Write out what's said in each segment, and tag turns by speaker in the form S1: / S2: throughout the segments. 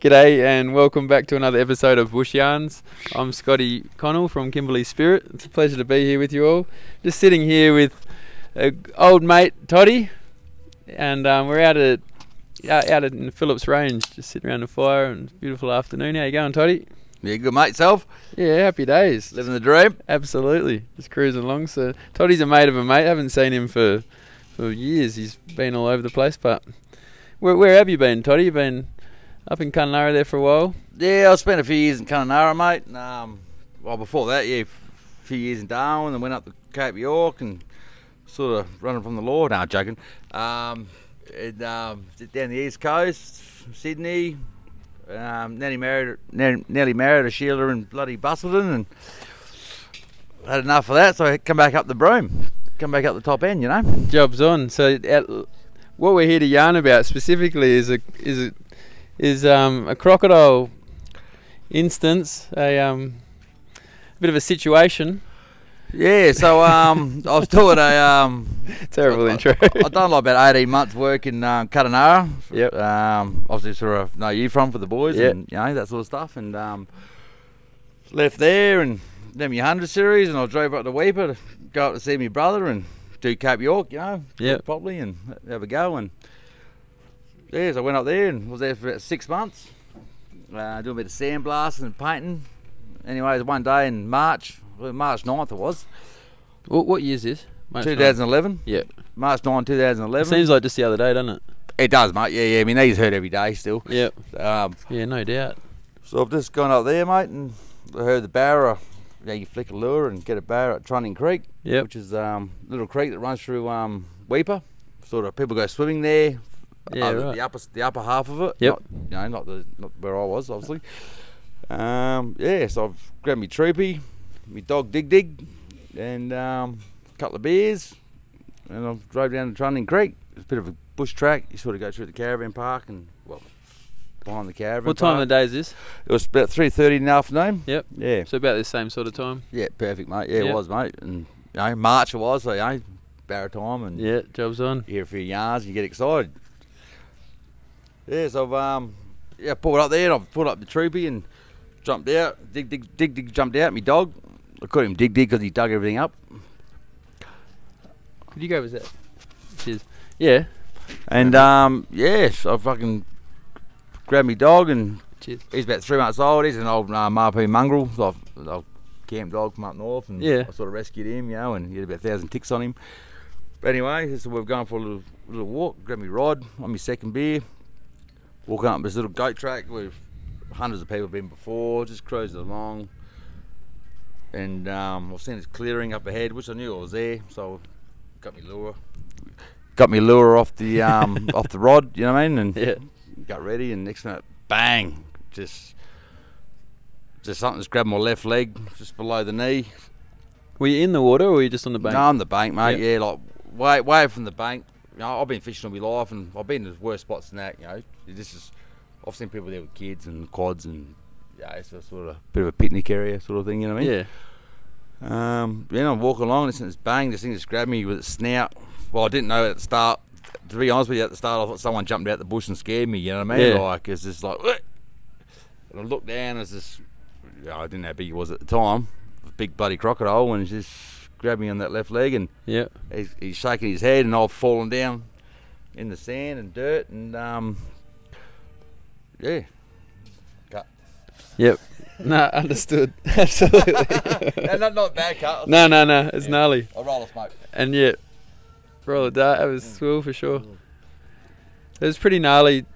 S1: G'day and welcome back to another episode of Bush Yarns. I'm Scotty Connell from Kimberley Spirit. It's a pleasure to be here with you all. Just sitting here with uh, old mate Toddy, and um, we're out at out, out in the Phillips Range, just sitting around the fire and it's a beautiful afternoon. How you going, Toddy?
S2: Yeah, good mate, self.
S1: Yeah, happy days.
S2: Living the dream.
S1: Absolutely, just cruising along. So Toddy's a mate of a mate. Haven't seen him for for years. He's been all over the place. But where where have you been, Toddy? You've been up in Kununurra there for a while.
S2: Yeah, I spent a few years in Kununurra, mate. and, Um, well, before that, yeah, a few years in Darwin, then went up to Cape York and sort of running from the law. Now, joking. Um, and, um, did down the east coast, Sydney. Um, nearly married, near- nearly married a Sheila in bloody Bustleton, and had enough of that. So I come back up the broom, come back up the top end, you know.
S1: Job's on. So at, what we're here to yarn about specifically is a is a, is um, a crocodile instance. A um, a bit of a situation.
S2: Yeah. So um, I was doing a um,
S1: Terrible
S2: I-
S1: intro.
S2: I- I've done like about 18 months work in um, Catanara.
S1: Yep.
S2: Um, obviously, sort of know you from for the boys
S1: Yep.
S2: and you know that sort of stuff. And um, left there and then my 100 series, and I drove up to Weeper to go up to see my brother and do Cape York, you know,
S1: Yep.
S2: probably, and have a go. And yeah, so I went up there and was there for about six months, uh, doing a bit of sandblasting and painting. Anyways, one day in March, March 9th it was,
S1: what, what year is this? Mate, it's not-
S2: 2011.
S1: Yeah.
S2: March 9, 2011.
S1: It seems like just the other day, doesn't it?
S2: It does, mate. Yeah, yeah. My knees hurt every day still.
S1: Yep.
S2: Um,
S1: Yeah, no doubt.
S2: so I've just gone up there, mate, and I heard the barra. You, know, you flick a lure and get a barra at Trunning Creek,
S1: Yep.
S2: which is um, a little creek that runs through um, Weeper. Sort of people go swimming there.
S1: Yeah,
S2: uh,
S1: right.
S2: the upper the upper half of it.
S1: Yep.
S2: Not, you know, not the not where I was, obviously. Um, yeah, so I've grabbed me troopy, me dog Dig Dig, and um, a couple of beers, and I've drove down to Trunning Creek. It's a bit of a bush track. You sort of go through the caravan park and well, behind the caravan.
S1: What time
S2: park.
S1: of the day is this?
S2: It was about three thirty in the afternoon.
S1: Yep.
S2: Yeah.
S1: So about the same sort of time.
S2: Yeah, perfect, mate. Yeah,
S1: Yeah.
S2: it was, mate. And you know, March it was, so you know, barrow time and
S1: Yeah, job's on.
S2: you hear a few yarns and you get excited. Yeah, so I've um yeah, pulled up there and I've pulled up the troopy and jumped out. Dig dig dig dig jumped out, my dog. I called him dig dig because he dug everything up.
S1: Could you go with that? Cheers. Yeah.
S2: And um yeah, so I fucking grabbed my dog and
S1: Cheers.
S2: he's about three months old. He's an old uh, Marpoo mongrel, so I've, I've camp dog from up north, and
S1: Yeah.
S2: I sort of rescued him, you know, and he had about a thousand ticks on him. But anyway, so we've gone for a little, little walk, grabbed my rod, on my second beer, walking up this little goat track where hundreds of people have been before, just cruising along. And um, I've seen this clearing up ahead, which I knew I was there, so got me lure. Got me lure off the um, off the rod, you know what I mean? And
S1: Yeah.
S2: got ready, and next minute, bang! Just, just something's grabbed my left leg, just below the knee.
S1: Were you in the water or were you just on the bank?
S2: No, I'm the bank, mate.
S1: Yeah.
S2: Yeah, like way, way from the bank. You know, I've been fishing all my life, and I've been to worse spots than that. You know, this is. I've seen people there with kids and quads, and yeah, it's a sort of bit of a picnic area sort of thing. You know what I mean?
S1: Yeah.
S2: Um, then I'm walking along, and this bang, this thing just grabbed me with its snout. Well, I didn't know at the start. To be honest with you, at the start, I thought someone jumped out the bush and scared me. You know what I mean?
S1: Yeah.
S2: Like it's just like, "Ugh." and I looked down. It's this. yeah, I didn't know how big it was at the time. A big bloody crocodile, and it just grabbed me on that left leg, and
S1: Yeah.
S2: he's, he's shaking his head, and I've fallen down in the sand and dirt, and um, yeah, cut.
S1: Yep. no, understood. Absolutely.
S2: no, not not a bad cut.
S1: no, no, no. It's gnarly.
S2: I roll a smoke.
S1: And yeah, roll of dart. That was swill for sure. It was pretty gnarly.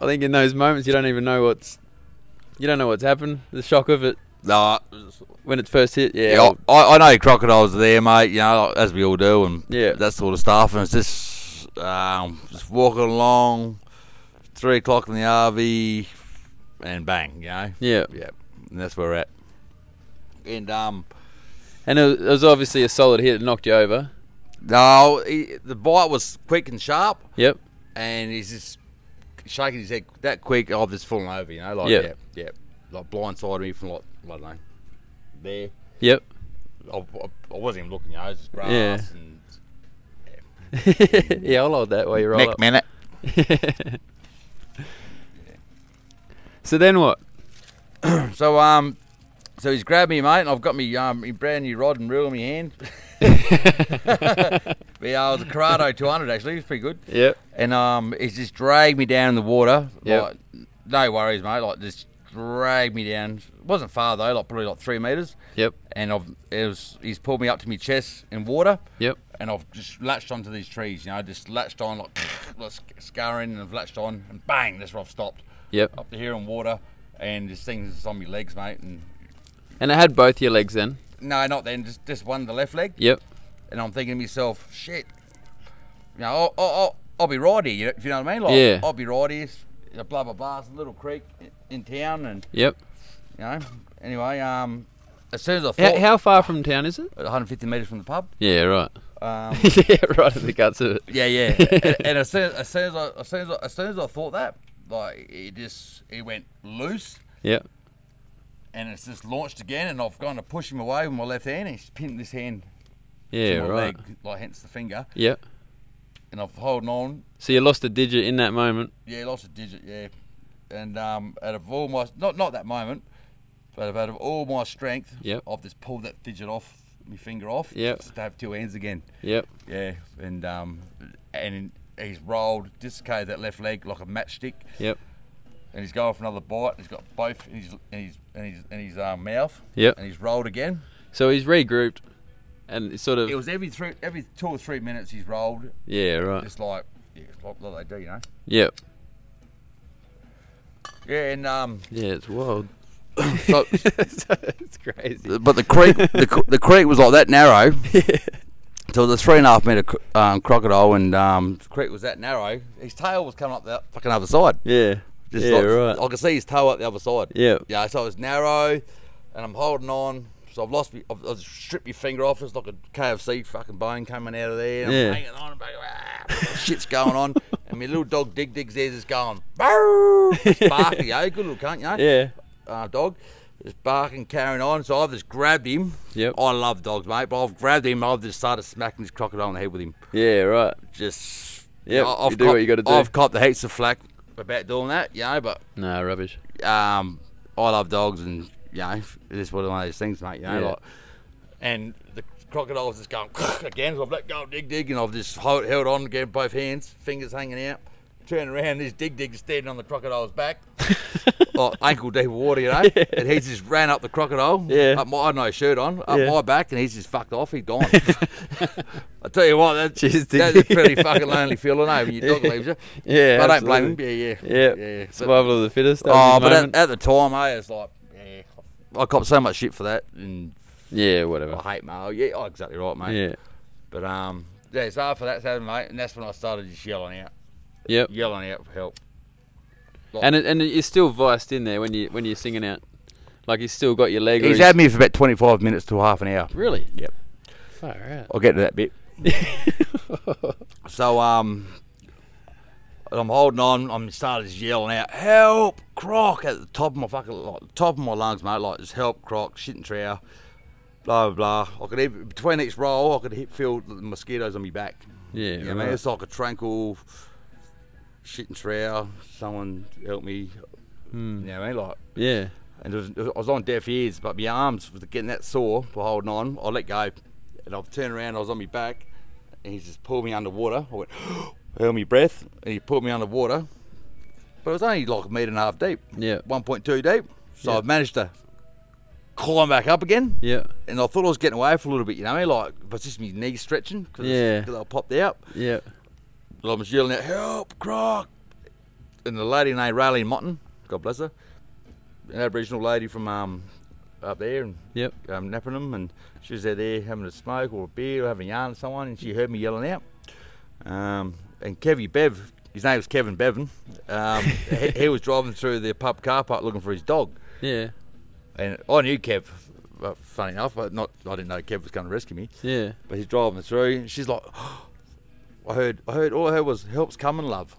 S1: I think in those moments you don't even know what's, you don't know what's happened. The shock of it
S2: No,
S1: when it first hit. Yeah.
S2: Yeah, I, I know crocodiles are there, mate. You know, as we all do, and
S1: Yeah.
S2: that sort of stuff. And it's just, um, just walking along, three o'clock in the RV, and bang, you know.
S1: yeah.
S2: Yeah, and that's where we're at. And um,
S1: And it was, it was obviously a solid hit. It knocked you over.
S2: no, he, the bite was quick and sharp,
S1: Yep.
S2: and he's just shaking his head that quick. Oh, I've just fallen over, you know, like
S1: Yeah.
S2: yeah, yeah, like blindsided me from like I don't know, there.
S1: Yep.
S2: I, I, I wasn't even looking, you know, it was just grass
S1: Yeah.
S2: and
S1: yeah, I'll hold that while you roll
S2: neck
S1: up.
S2: minute.
S1: So then what?
S2: So um, so he's grabbed me, mate, and I've got me um me brand new rod and reel in my hand. yeah, it was a Corrado 200 actually. It was pretty good.
S1: Yep.
S2: And um, he's just dragged me down in the water.
S1: Yep.
S2: Like, no worries, mate. Like just dragged me down. wasn't far though. Like probably like three meters.
S1: Yep.
S2: And I've it was he's pulled me up to my chest in water.
S1: Yep.
S2: And I've just latched onto these trees. You know, just latched on like, like scarring, and I've latched on, and bang, that's where I've stopped.
S1: Yep.
S2: Up to here in water, and this thing's just on my legs, mate. And
S1: And it had both your legs then.
S2: no, not then. Just just one the left leg.
S1: Yep.
S2: and I'm thinking to myself, shit, you know, I'll, I'll, I'll, I'll be right here, you know, if you know what I mean? Like,
S1: Yeah.
S2: I'll be right here, you know, blah, blah, blah. It's a little creek in, in town, and,
S1: Yep.
S2: you know, anyway, um, as soon as I
S1: How,
S2: thought,
S1: how far from town is it?
S2: 150 metres from the pub,
S1: Yeah. Right.
S2: um,
S1: yeah. Right at the guts of it.
S2: yeah, yeah, and, and as, soon, as, soon as, I, as, soon as I, as soon as I thought that, like, it just, it went loose,
S1: Yep.
S2: and it's just launched again, and I've gone to push him away with my left hand, and he's pinned this hand
S1: Yeah.
S2: to my
S1: Right.
S2: leg, like, hence the finger,
S1: Yep.
S2: and I've holding on,
S1: So you lost a digit in that moment.
S2: Yeah, lost a digit, yeah. And um, out of all my, not not that moment, but out of all my strength,
S1: Yep.
S2: I've just pulled that digit off, my finger off,
S1: Yep.
S2: just to have two hands again.
S1: Yep.
S2: Yeah, and um, and he's rolled, dislocated that left leg like a matchstick,
S1: Yep.
S2: and he's going for another bite. He's got both in his in his in his, in his um, mouth.
S1: Yep.
S2: And he's rolled again.
S1: So he's regrouped, and it's sort of
S2: It was every three, every two or three minutes he's rolled,
S1: yeah. Right.
S2: just like yeah, it's like, like they do, you know.
S1: Yep.
S2: Yeah, and um,
S1: Yeah. It's wild.
S2: so
S1: it's crazy.
S2: but the creek the, cr- the creek was like that narrow. So it was a three and a half meter cr- um, crocodile, and um, the creek was that narrow. His tail was coming up the fucking other side.
S1: Yeah. yeah.
S2: like-
S1: right.
S2: I could see his tail up the other side.
S1: Yeah.
S2: Yeah. So it was narrow, and I'm holding on. So I've lost. Me, I've, I've stripped my finger off. It's like a KFC fucking bone coming out of there. And
S1: Yeah.
S2: I'm hanging on. I'm like, "Ah," shit's going on, and my little dog Dig Dig's there's just going. "Bow." It's barking, yo, good little cunt, you know
S1: Yeah.
S2: uh, dog. Just barking, carrying on. So I've just grabbed him.
S1: Yep.
S2: I love dogs, mate, but I've grabbed him. I've just started smacking this crocodile on the head with him.
S1: Yeah. Right.
S2: Just.
S1: Yep,
S2: I-
S1: you do what you gotta do.
S2: I've copped the heaps of flack about doing that, you know, but
S1: Nah. Rubbish.
S2: um, I love dogs and, you know, this was one of those things, mate, you know.
S1: Yeah.
S2: Like, and the crocodile's just going again. So I've let go, dig, dig, and I've just hold, held on again, both hands, fingers hanging out. Turn around, this dig, dig standing on the crocodile's back. like ankle deep water, you know. And he's just ran up the crocodile.
S1: Yeah.
S2: Up my, I had no shirt on, up
S1: Yeah.
S2: my back, and he's just fucked off. He gone. I tell you what, that,
S1: Jeez, Dig
S2: that's a
S1: Dig.
S2: pretty fucking lonely feeling, eh? When your dog
S1: Yeah.
S2: leaves you.
S1: Yeah.
S2: But I don't
S1: absolutely.
S2: blame him. Yeah, yeah.
S1: Yeah.
S2: yeah. But-
S1: Survival of the fittest. that was
S2: oh,
S1: his
S2: but at,
S1: moment.
S2: at the time, eh, it's like, yeah, I copped so much shit for that, and
S1: yeah. Whatever.
S2: I hate mail. Yeah, oh, exactly right, mate.
S1: Yeah.
S2: But um, yeah, so after that's happened, mate, and that's when I started just yelling out,
S1: Yep.
S2: yelling out for help.
S1: And it, and you're still viced in there when you when you're singing out, like he's still got your leg. or
S2: He's had me for about 25 minutes to half an hour.
S1: really.
S2: Yep.
S1: Far out.
S2: I'll get to that bit. so um, I'm holding on. I'm started just yelling out, "Help, Croc!" at the top of my fucking like, top of my lungs, mate. Like just help, Croc, shit and trow, blah blah blah. I could even, between each roll, I could hit feel the mosquitoes on me back.
S1: Yeah.
S2: You know what I
S1: right.
S2: mean, it's like a tranquil shit and trow. Someone help me. You know what I mean? Like,
S1: Yeah.
S2: and it was, I was on deaf ears, but my arms was getting that sore for holding on. I let go, and I've turned around. I was on my back, and he just pulled me underwater. I went, held my breath, and he pulled me underwater. But it was only like a metre and a half deep,
S1: Yeah.
S2: 1.2 deep. So
S1: Yeah.
S2: I've managed to climb back up again.
S1: Yeah.
S2: And I thought I was getting away for a little bit, you know, like, but just my knees stretching because
S1: Yeah.
S2: I popped out.
S1: Yeah.
S2: And I was yelling out, help, croc. And the lady named Raylene Motton, God bless her, an Aboriginal lady from um, up there in
S1: Yep.
S2: um, Napanum, and she was out there having a smoke or a beer or having a yarn with someone, and she heard me yelling out. Um, and Kevy Bev, his name was Kevin Bevan, um, he, he was driving through the pub car park looking for his dog.
S1: Yeah.
S2: And I knew Kev, uh, funny enough, but not I didn't know Kev was going to rescue me.
S1: Yeah.
S2: But he's driving through, and she's like, I heard, I heard, all I heard was "Help's coming, love,"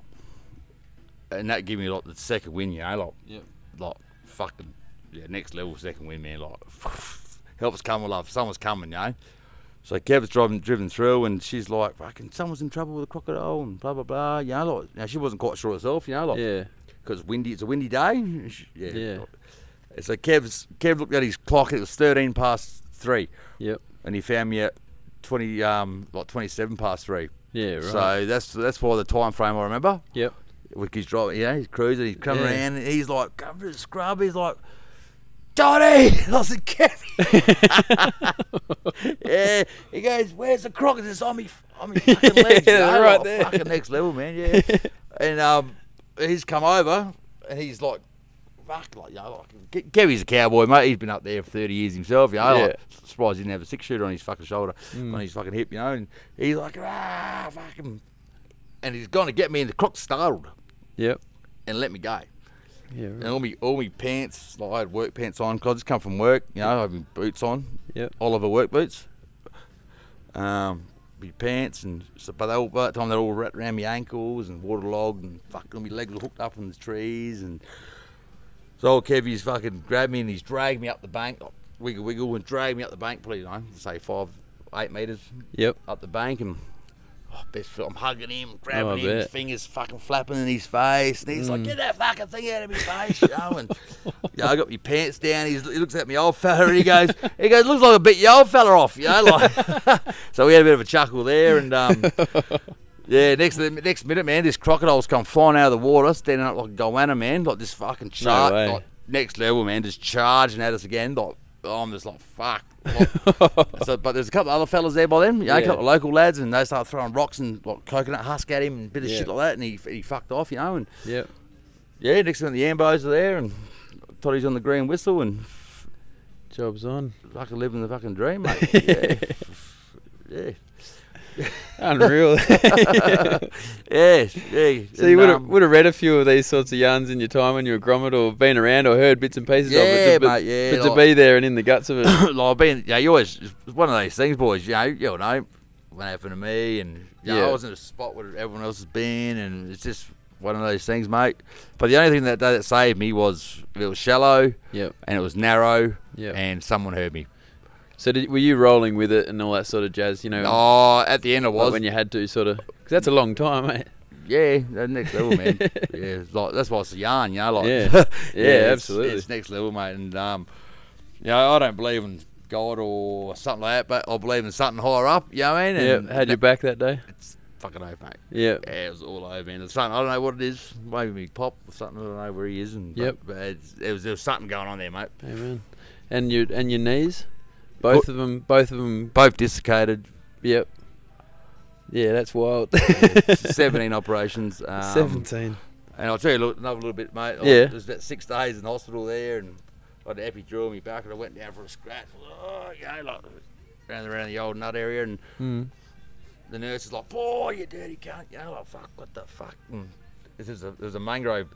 S2: and that gave me like the second win, you know,
S1: Yep.
S2: like, like fucking, yeah, next level second win, man, like, "Help's coming, love," someone's coming, you know. So Kev's driving, driven through, and she's like, "Fucking, someone's in trouble with a crocodile," and blah blah blah, you know, like, now she wasn't quite sure herself, you know, like,
S1: Yeah.
S2: because windy. It's a windy day. yeah.
S1: Yeah.
S2: So Kev's Kev looked at his clock. It was thirteen past three,
S1: Yep.
S2: and he found me at twenty um like twenty seven past three.
S1: Yeah. Right.
S2: So that's that's why the time frame I remember.
S1: Yep.
S2: Like he's driving, you know, he's cruising, he's coming
S1: Yeah.
S2: around, and he's like, come to the scrub. He's like, Donny! And I said, Kevin! yeah. He goes, where's the croc? He says, on me, f- on me fucking legs.
S1: Yeah,
S2: you know,
S1: right
S2: like,
S1: there.
S2: Fucking next level, man, yeah. and um, he's come over, and he's like, fuck, like, you know, like, Ke- Kevin's a cowboy, mate. He's been up there for 30 years himself, you know.
S1: Yeah. Mm.
S2: Like, surprised he didn't have a six shooter on his fucking shoulder, on his fucking hip, you know. And he's like, ah, fucking. And he's going to get me, and the croc startled
S1: Yep.
S2: and let me go.
S1: Yeah.
S2: And
S1: Right.
S2: all me all me pants, like I had work pants on. 'cause I just come from work, you know. I had my boots on,
S1: Yep.
S2: Oliver work boots. Um, my pants and so, but they all by that time they're all wrapped around my ankles and waterlogged and fucking my legs were hooked up in the trees and so old Kevy's fucking grabbed me and he's dragged me up the bank, like, wiggle wiggle and dragged me up the bank, please, you know, say five eight meters
S1: Yep.
S2: up the bank and oh, best feel, I'm hugging him, grabbing
S1: Oh, I
S2: him, his
S1: bet. Mm.
S2: fingers fucking flapping in his face, and he's like, "Get that fucking thing out of my face, you know." And yeah, I got my pants down. He's, he looks at me, old fella, and he goes, "He goes, looks like a bit your old fella off, you know." Like, so we had a bit of a chuckle there, and um, yeah, next next minute, man, this crocodile's come flying out of the water, standing up like a goanna, man, like this fucking chart,
S1: way.
S2: like next level, man, just charging at us again, like. I'm just like fuck. like, so, but there's a couple other fellas there by them, you know,
S1: Yeah.
S2: a couple of local lads, and they start throwing rocks and like coconut husk at him and a bit of
S1: Yeah.
S2: shit like that, and he, he fucked off, you know. And
S1: Yep.
S2: yeah, next thing the Ambos are there, and Toddy's on the green whistle, and
S1: Job's on.
S2: fucking living the fucking dream, mate. yeah. yeah,
S1: Unreal.
S2: yeah, yeah.
S1: so you
S2: And,
S1: would have
S2: um,
S1: would have read a few of these sorts of yarns in your time when you were grommet or been around or heard bits and pieces of it.
S2: Yeah,
S1: to- but,
S2: mate, yeah,
S1: But to
S2: like-
S1: be there and in the guts of it.
S2: like being, yeah, you always it's one of those things, boys. You know, you know, what happened to me, and you know,
S1: Yeah.
S2: I was in a spot where everyone else has been, and it's just one of those things, mate. But the only thing that day that saved me was it was shallow
S1: yep.
S2: and it was narrow,
S1: Yep.
S2: and someone heard me.
S1: So did, were you rolling with it and all that sort of jazz? You know,
S2: Oh, at the end I
S1: like
S2: was,
S1: when you had to sort of. Because that's a long time, eh? mate.
S2: yeah, that next level, man. yeah, it's like that's why it's a yarn, you know, like
S1: Yeah. Yeah,
S2: it's-
S1: absolutely.
S2: it's next level, mate. And um, you know, I don't believe in God or something like that, but I believe in something higher up, you know what I mean?
S1: Yeah.
S2: And
S1: Had your back that day.
S2: it's fucking over, mate.
S1: Yeah.
S2: Yeah, it was all over, man. There's something, I don't know what it is. Maybe me pop or something. I don't know where he is. And,
S1: Yep.
S2: But, but it's, it was, there was something going on there, mate.
S1: Amen. And your and your knees, both of them, both of them.
S2: Both dislocated.
S1: Yep. Yeah, that's wild.
S2: uh, 17 operations. Um,
S1: Seventeen.
S2: And I'll tell you a little- another little bit, mate. I-
S1: Yeah.
S2: It was about six days in hospital there, and I had an epidural in my back, and I went down for a scratch. Oh, you know, like around around the old nut area, and
S1: Mm.
S2: the nurse is like, "Boy, you dirty cunt!" You know, like, "Fuck, what the fuck?" And this is a there's a mangrove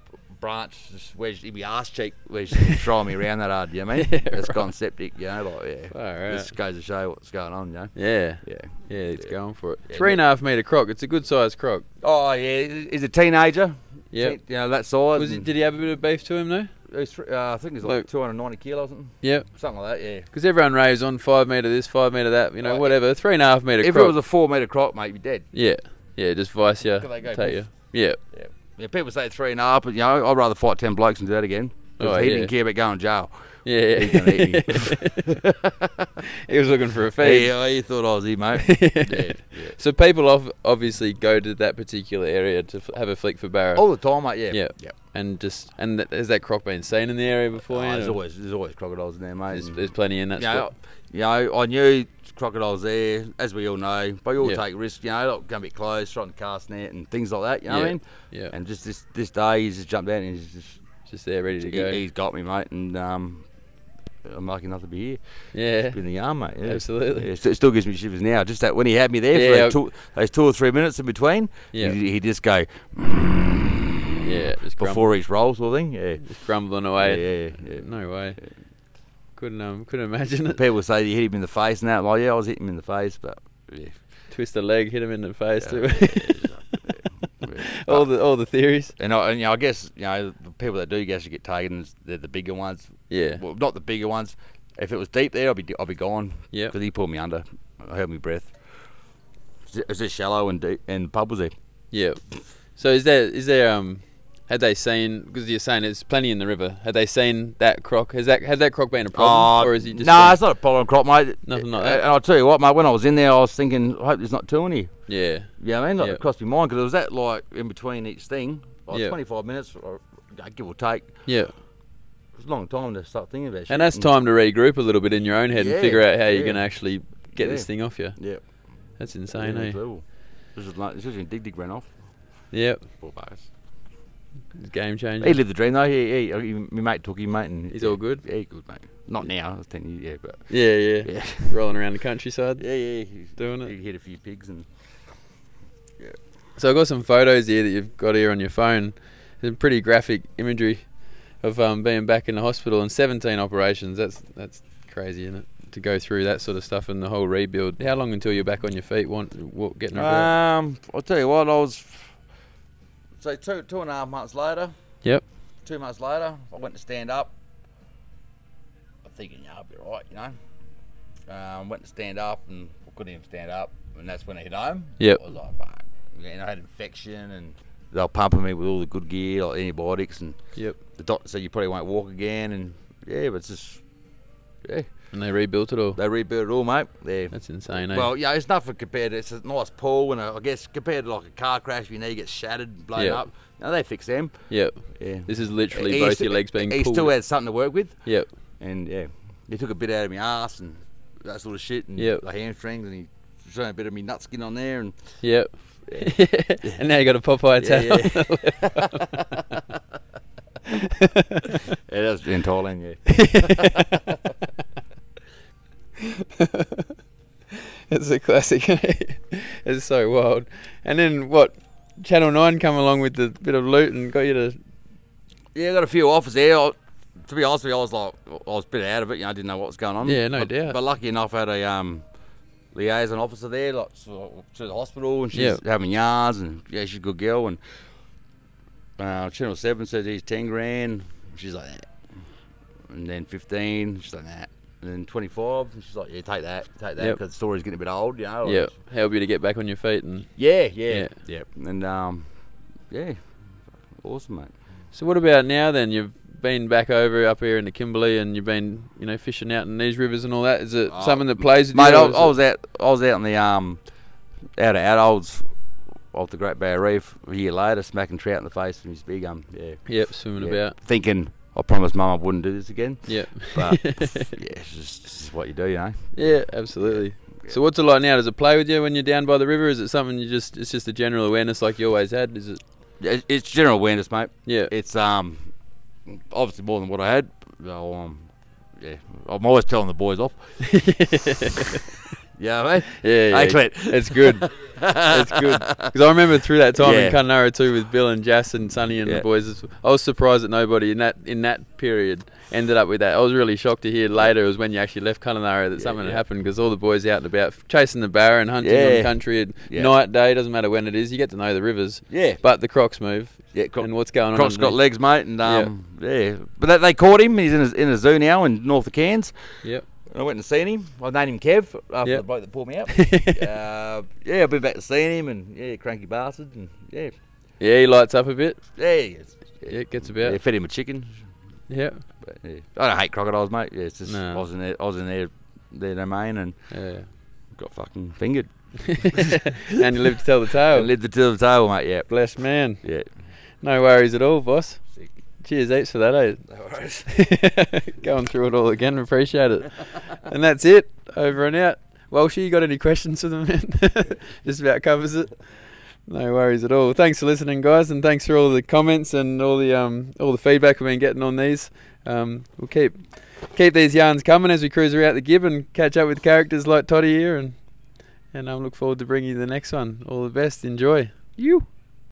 S2: branch just wedged in my ass cheek, where she's throwing me around that hard. You know what I mean?
S1: Yeah,
S2: it's
S1: right.
S2: gone septic. You know, like yeah.
S1: Far out.
S2: This goes to show what's going on. You know.
S1: Yeah.
S2: Yeah.
S1: Yeah, it's going for it.
S2: Yeah,
S1: Three
S2: yeah.
S1: and a half meter croc. It's a good sized croc.
S2: Oh yeah, he's a teenager.
S1: Yeah.
S2: Teen- you know that size.
S1: Was it,
S2: and
S1: did he have a bit of beef to him though?
S2: it was thr- uh, I think it's
S1: Like-
S2: like 290 kilo or something,
S1: Yep.
S2: something like that. Yeah.
S1: Because everyone raves on five meter this, five meter that. You know,
S2: Oh,
S1: whatever. Three and a half meter
S2: If
S1: croc.
S2: it was a four meter croc, mate, you'd be dead.
S1: yeah. Yeah. Just vice you.
S2: Could they go
S1: Take you. Yeah.
S2: Yeah. yeah. People say three and a half, but you know, I'd rather fight ten blokes than do that again. 'Cause
S1: Oh,
S2: he
S1: yeah.
S2: didn't care about going to jail.
S1: Yeah.
S2: He's gonna eat
S1: he was looking for a feed.
S2: Yeah, he thought I was he, mate. yeah, yeah.
S1: So people ov- obviously go to that particular area to f- have a flick for barra,
S2: All the time, mate. Yeah.
S1: Yeah.
S2: yeah.
S1: and just and th- has that croc been seen in the area before?
S2: Oh,
S1: Ian,
S2: there's
S1: or-
S2: always there's always crocodiles in there, mate.
S1: there's,
S2: and-
S1: there's plenty in that
S2: you know,
S1: spot.
S2: you know, I knew crocodiles there, as we all know, but you all
S1: Yeah.
S2: take risks, you know, like going to be close, trying to cast net and things like that, you know what
S1: Yeah,
S2: I mean?
S1: yeah.
S2: And just this this day, he's just jumped out and he's just,
S1: Just there, ready to go.
S2: he, has got me, mate, and um, I'm lucky enough to be here.
S1: yeah,
S2: Been the arm, mate. yeah.
S1: Absolutely.
S2: Yeah, it st- it still gives me shivers now. Just that when he had me there
S1: Yeah.
S2: for those two, those two or three minutes in between,
S1: Yeah.
S2: he, he'd just go
S1: yeah. Just grum-
S2: before each roll, sort of thing. Yeah.
S1: just grumbling
S2: Yeah,
S1: away.
S2: yeah, yeah.
S1: No way. Couldn't um, couldn't imagine it.
S2: People say you hit him in the face and that. I'm like, yeah, I was hitting him in the face, but yeah.
S1: Twist a leg, hit him in the face.
S2: Yeah.
S1: Too. all the all the theories.
S2: And I, and you know, I guess you know the people that do actually get taken is they're the bigger ones.
S1: Yeah.
S2: Well, not the bigger ones. If it was deep there, I'd be I'd be gone.
S1: Yep.
S2: Because he pulled me under. I held my breath. It was just shallow and deep, and pub was there.
S1: Yeah. So is there is there um had they seen because you're saying there's plenty in the river. Had they seen that croc? Has that had that croc been a problem,
S2: Oh,
S1: or is it just
S2: nah,
S1: been-
S2: it's not a problem crop, mate.
S1: Nothing like
S2: Uh,
S1: that.
S2: And I'll tell you what, mate. When I was in there, I was thinking, I hope there's not two in here.
S1: yeah,
S2: Yeah, I mean, like,
S1: Yeah.
S2: it crossed my mind because it was that like in between each thing, like
S1: Yeah.
S2: 25 minutes, or, uh, give or take.
S1: yeah.
S2: It's a long time to start thinking about. shit. Mm.
S1: And that's time to regroup a little bit in your own head
S2: Yeah,
S1: and figure out how you're
S2: yeah.
S1: going to actually get this
S2: Yeah.
S1: thing off you.
S2: Yeah.
S1: That's insane,
S2: yeah,
S1: eh?
S2: it's level. This is like, this is when Dig Dig ran off.
S1: Yep,
S2: Poor bastard.
S1: game changer.
S2: He lived the dream though. He, he, he my mate took him, mate, and
S1: He's all good?
S2: Yeah, he's good, mate. Not now. I was telling you, yeah, but
S1: yeah, yeah,
S2: yeah,
S1: Rolling around the countryside.
S2: yeah, yeah. He's
S1: Doing it.
S2: He hit a few pigs and
S1: So I've got some photos here that you've got here on your phone. Some pretty graphic imagery of um, being back in the hospital and 17 operations. That's that's crazy, isn't it? To go through that sort of stuff and the whole rebuild. How long until you're back on your feet? Want what, getting over that?
S2: Um, I'll tell you what, I was. So two two and a half months later.
S1: Yep.
S2: Two months later, I went to stand up. I'm thinking, yeah, I'll be right, you know. Um, went to stand up and I couldn't even stand up, and that's when I hit home.
S1: Yep.
S2: I was like, fuck. And I had infection, and they were pumping me with all the good gear, like antibiotics, and
S1: Yep.
S2: the doctor said you probably won't walk again, and yeah, but it's just yeah,
S1: And they rebuilt it all.
S2: they rebuilt it all, mate. They
S1: That's insane, eh?
S2: well, yeah, it's nothing compared to it's a nice pool, and I guess compared to like a car crash, you know, you get shattered and blown
S1: Yeah.
S2: up. Now they fix them.
S1: yep.
S2: Yeah,
S1: This is literally
S2: He
S1: both
S2: sti-
S1: your legs being
S2: He
S1: pulled.
S2: still had something to work with,
S1: yep.
S2: and yeah, he took a bit out of my ass and that sort of shit, and
S1: Yep.
S2: the hamstrings, and he showed a bit of me nut skin on there, and
S1: Yep. and now you got a Popeye
S2: yeah,
S1: tat. on.
S2: yeah. yeah, that was in Thailand, yeah.
S1: It's a classic. it's so wild. And then what? Channel Nine come along with the bit of loot and got you to
S2: Yeah, I got a few offers there. I, to be honest with you, I was like, I was a bit out of it. You know, I didn't know what was going on.
S1: Yeah, no
S2: but,
S1: doubt.
S2: But lucky enough, I had a um, liaison officer there, like so, to the hospital, and she's
S1: Yeah.
S2: having yards, and yeah, she's a good girl. And uh, Channel Seven says he's ten grand. She's like, nah. and then fifteen. She's like, nah. And then 25, and she's like, yeah, take that, take that, because
S1: Yep.
S2: the story's getting a bit old, you know. like-
S1: yeah help you to get back on your feet. And
S2: yeah, yeah,
S1: Yeah.
S2: yeah. And, um, yeah, awesome, mate.
S1: so what about now? Then you've been back over up here in the Kimberley and you've been you know fishing out in these rivers and all that. Is it
S2: Oh,
S1: something that plays with
S2: Mate,
S1: you?
S2: I,
S1: or is
S2: I
S1: it-
S2: was out. I was out in the um, out of Adolds, off the Great Barrier Reef. A year later, smacking trout in the face from his big gun. Yeah,
S1: Yep, swimming
S2: yeah.
S1: about.
S2: Thinking, I promised Mum I wouldn't do this again.
S1: Yep.
S2: But yeah, it's just, this is what you do, you know.
S1: Yeah, absolutely. So what's it like now? Does it play with you when you're down by the river? Is it something you just? It's just a general awareness like you always had. Is it?
S2: It- It's general awareness, mate.
S1: Yeah.
S2: It's um, obviously more than what I had. So, um, yeah, I'm always telling the boys off. Yeah, mate.
S1: Yeah, yeah.
S2: Hey, Clint.
S1: It's good. it's good. Because I remember through that time
S2: Yeah.
S1: in Kununurra too with Bill and Jas and Sonny and
S2: Yeah.
S1: the boys. it's- I was surprised that nobody in that in that period ended up with that. I was really shocked to hear later it was when you actually left Kununurra that
S2: Yeah,
S1: something
S2: yeah.
S1: had happened because all the boys out and about chasing the barra and hunting on
S2: Yeah.
S1: country at
S2: Yeah.
S1: night, day, doesn't matter when it is. You get to know the rivers.
S2: Yeah.
S1: But the crocs move.
S2: Yeah, cro-
S1: and what's going on?
S2: Croc's got
S1: underneath.
S2: legs, mate, and um, yeah. But they, they caught him. He's in a, in a zoo now in north of Cairns.
S1: Yep.
S2: And I went and seen him. I named him Kev after
S1: Yep.
S2: the bloke that pulled me out. uh, yeah, I've been back to seeing him, and yeah, cranky bastard, and yeah,
S1: Yeah, he lights up a bit.
S2: yeah, he is.
S1: Yeah, it gets
S2: yeah.
S1: about.
S2: fed him a chicken.
S1: Yeah.
S2: But, yeah. I don't hate crocodiles, mate. Yeah, it's just
S1: No.
S2: I was in their, I was in their, their domain and
S1: Yeah.
S2: got fucking fingered.
S1: and you live to tell the
S2: Oh.
S1: tale.
S2: And led the to the table, mate. Yeah,
S1: Blessed man.
S2: yeah.
S1: No worries at all, boss.
S2: Sick.
S1: Cheers, eats for that, eh?
S2: No worries.
S1: Going through it all again, appreciate it. And that's it. Over and out. Welshy, you got any questions for the man? Just about covers it. No worries at all. Thanks for listening, guys, and thanks for all the comments and all the um all the feedback we've been getting on these. Um, we'll keep keep these yarns coming as we cruise around the Gib and catch up with characters like Toddy here, and and I um, look forward to bringing you the next one. All the best. Enjoy. You.